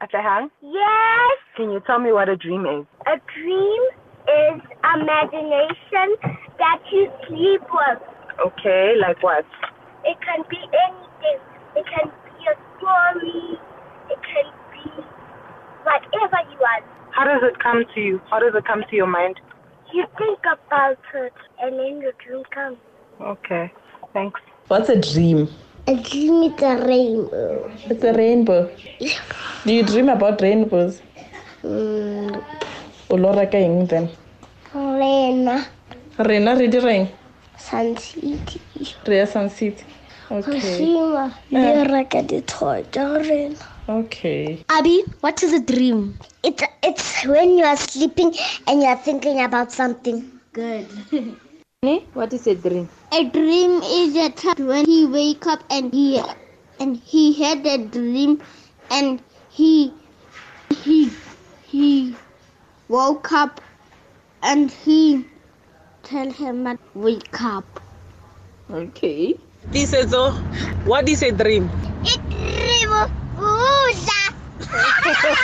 Atahang, Yes, can you tell me what a dream is? a dream is imagination that you sleep with. Okay, like what? It can be anything. It can be a story. It can be whatever you want. How does it come to you? How does it come to your mind? You think about it, and then your dream comes. Okay, thanks. What's a dream? A dream is a rainbow. It's a rainbow. Do you dream about rainbows? Mm, Olora ka eng then? Lena, Rena re direng? Sun City. Re ya Sun City. Okay. Rosima, le reka dithoi tsa rena. Okay. Abby, what is a dream? It's it's when you are sleeping and you are thinking about something. Good. What is a dream? A dream is a time when he wake up and he and he had a dream and he he he woke up and he tell him that wake up. Okay. Tisetso, what is a dream? It dream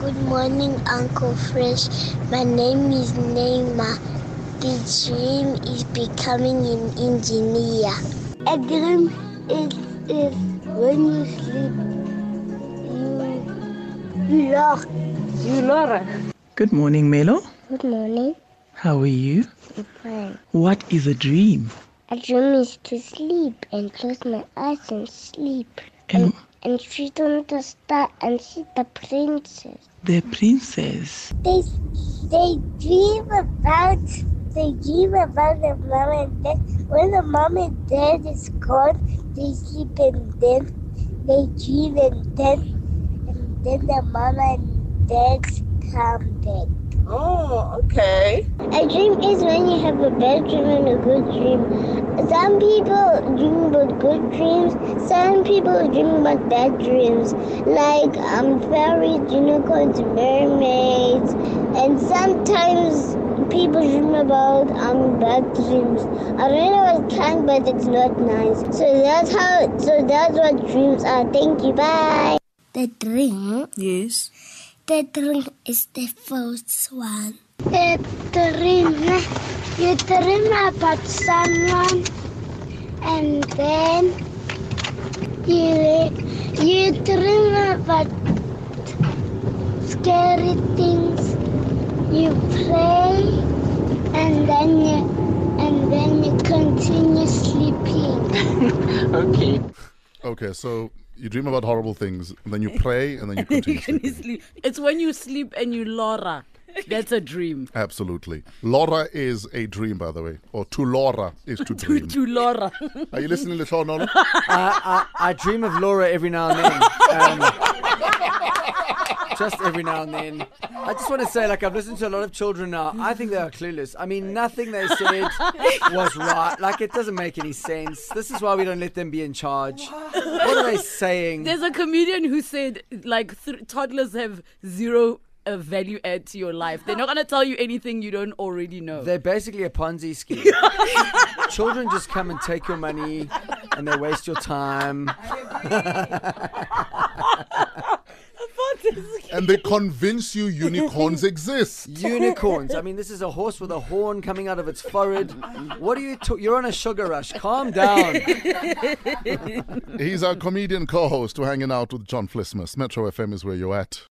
Good morning, Uncle Fresh. My name is Neymar. The dream is becoming an engineer. A dream is, is when you sleep, you, you lock. Good morning, Melo. Good morning. How are you? What is a dream? A dream is to sleep and close my eyes and sleep. And And sit on the star and see the princess. the princess. they they dream about they dream about the mom and dad. When the mom and dad is gone, they sleep and then they dream and then and then the mom and dad come back. Oh, okay. A dream is when you have a bad dream and a good dream. Some people dream about good dreams. Some people dream about bad dreams, like um, fairies, unicorns, mermaids, and sometimes people dream about um, bad dreams. I don't know what kind, but it's not nice. So that's how. So that's what dreams are. Thank you. Bye. The dream. Yes. The dream is the first one. The dream, you dream about someone, and then you you dream about scary things. You pray, and then you and then you continue sleeping. Okay. Okay, so you dream about horrible things, and then you pray, and then you continue. sleeping. It's when you sleep and you Laura. That's a dream. Absolutely. Laura is a dream, by the way, or to Laura is to dream. To Laura. Are you listening to the show, Nolan? I, I, I dream of Laura every now and then. Um, just every now and then. I just want to say, like, I've listened to a lot of children now. I think they are clueless. I mean, nothing they said was right. Like, it doesn't make any sense. This is why we don't let them be in charge. What are they saying? There's a comedian who said, like, th- toddlers have zero uh, value add to your life. They're not going to tell you anything you don't already know. They're basically a Ponzi scheme. Children just come and take your money and they waste your time. and they convince you unicorns exist. Unicorns. I mean, this is a horse with a horn coming out of its forehead. What are you? To- You're on a sugar rush. Calm down. He's our comedian co-host who hanging out with John Flismus. Metro FM is where you're at.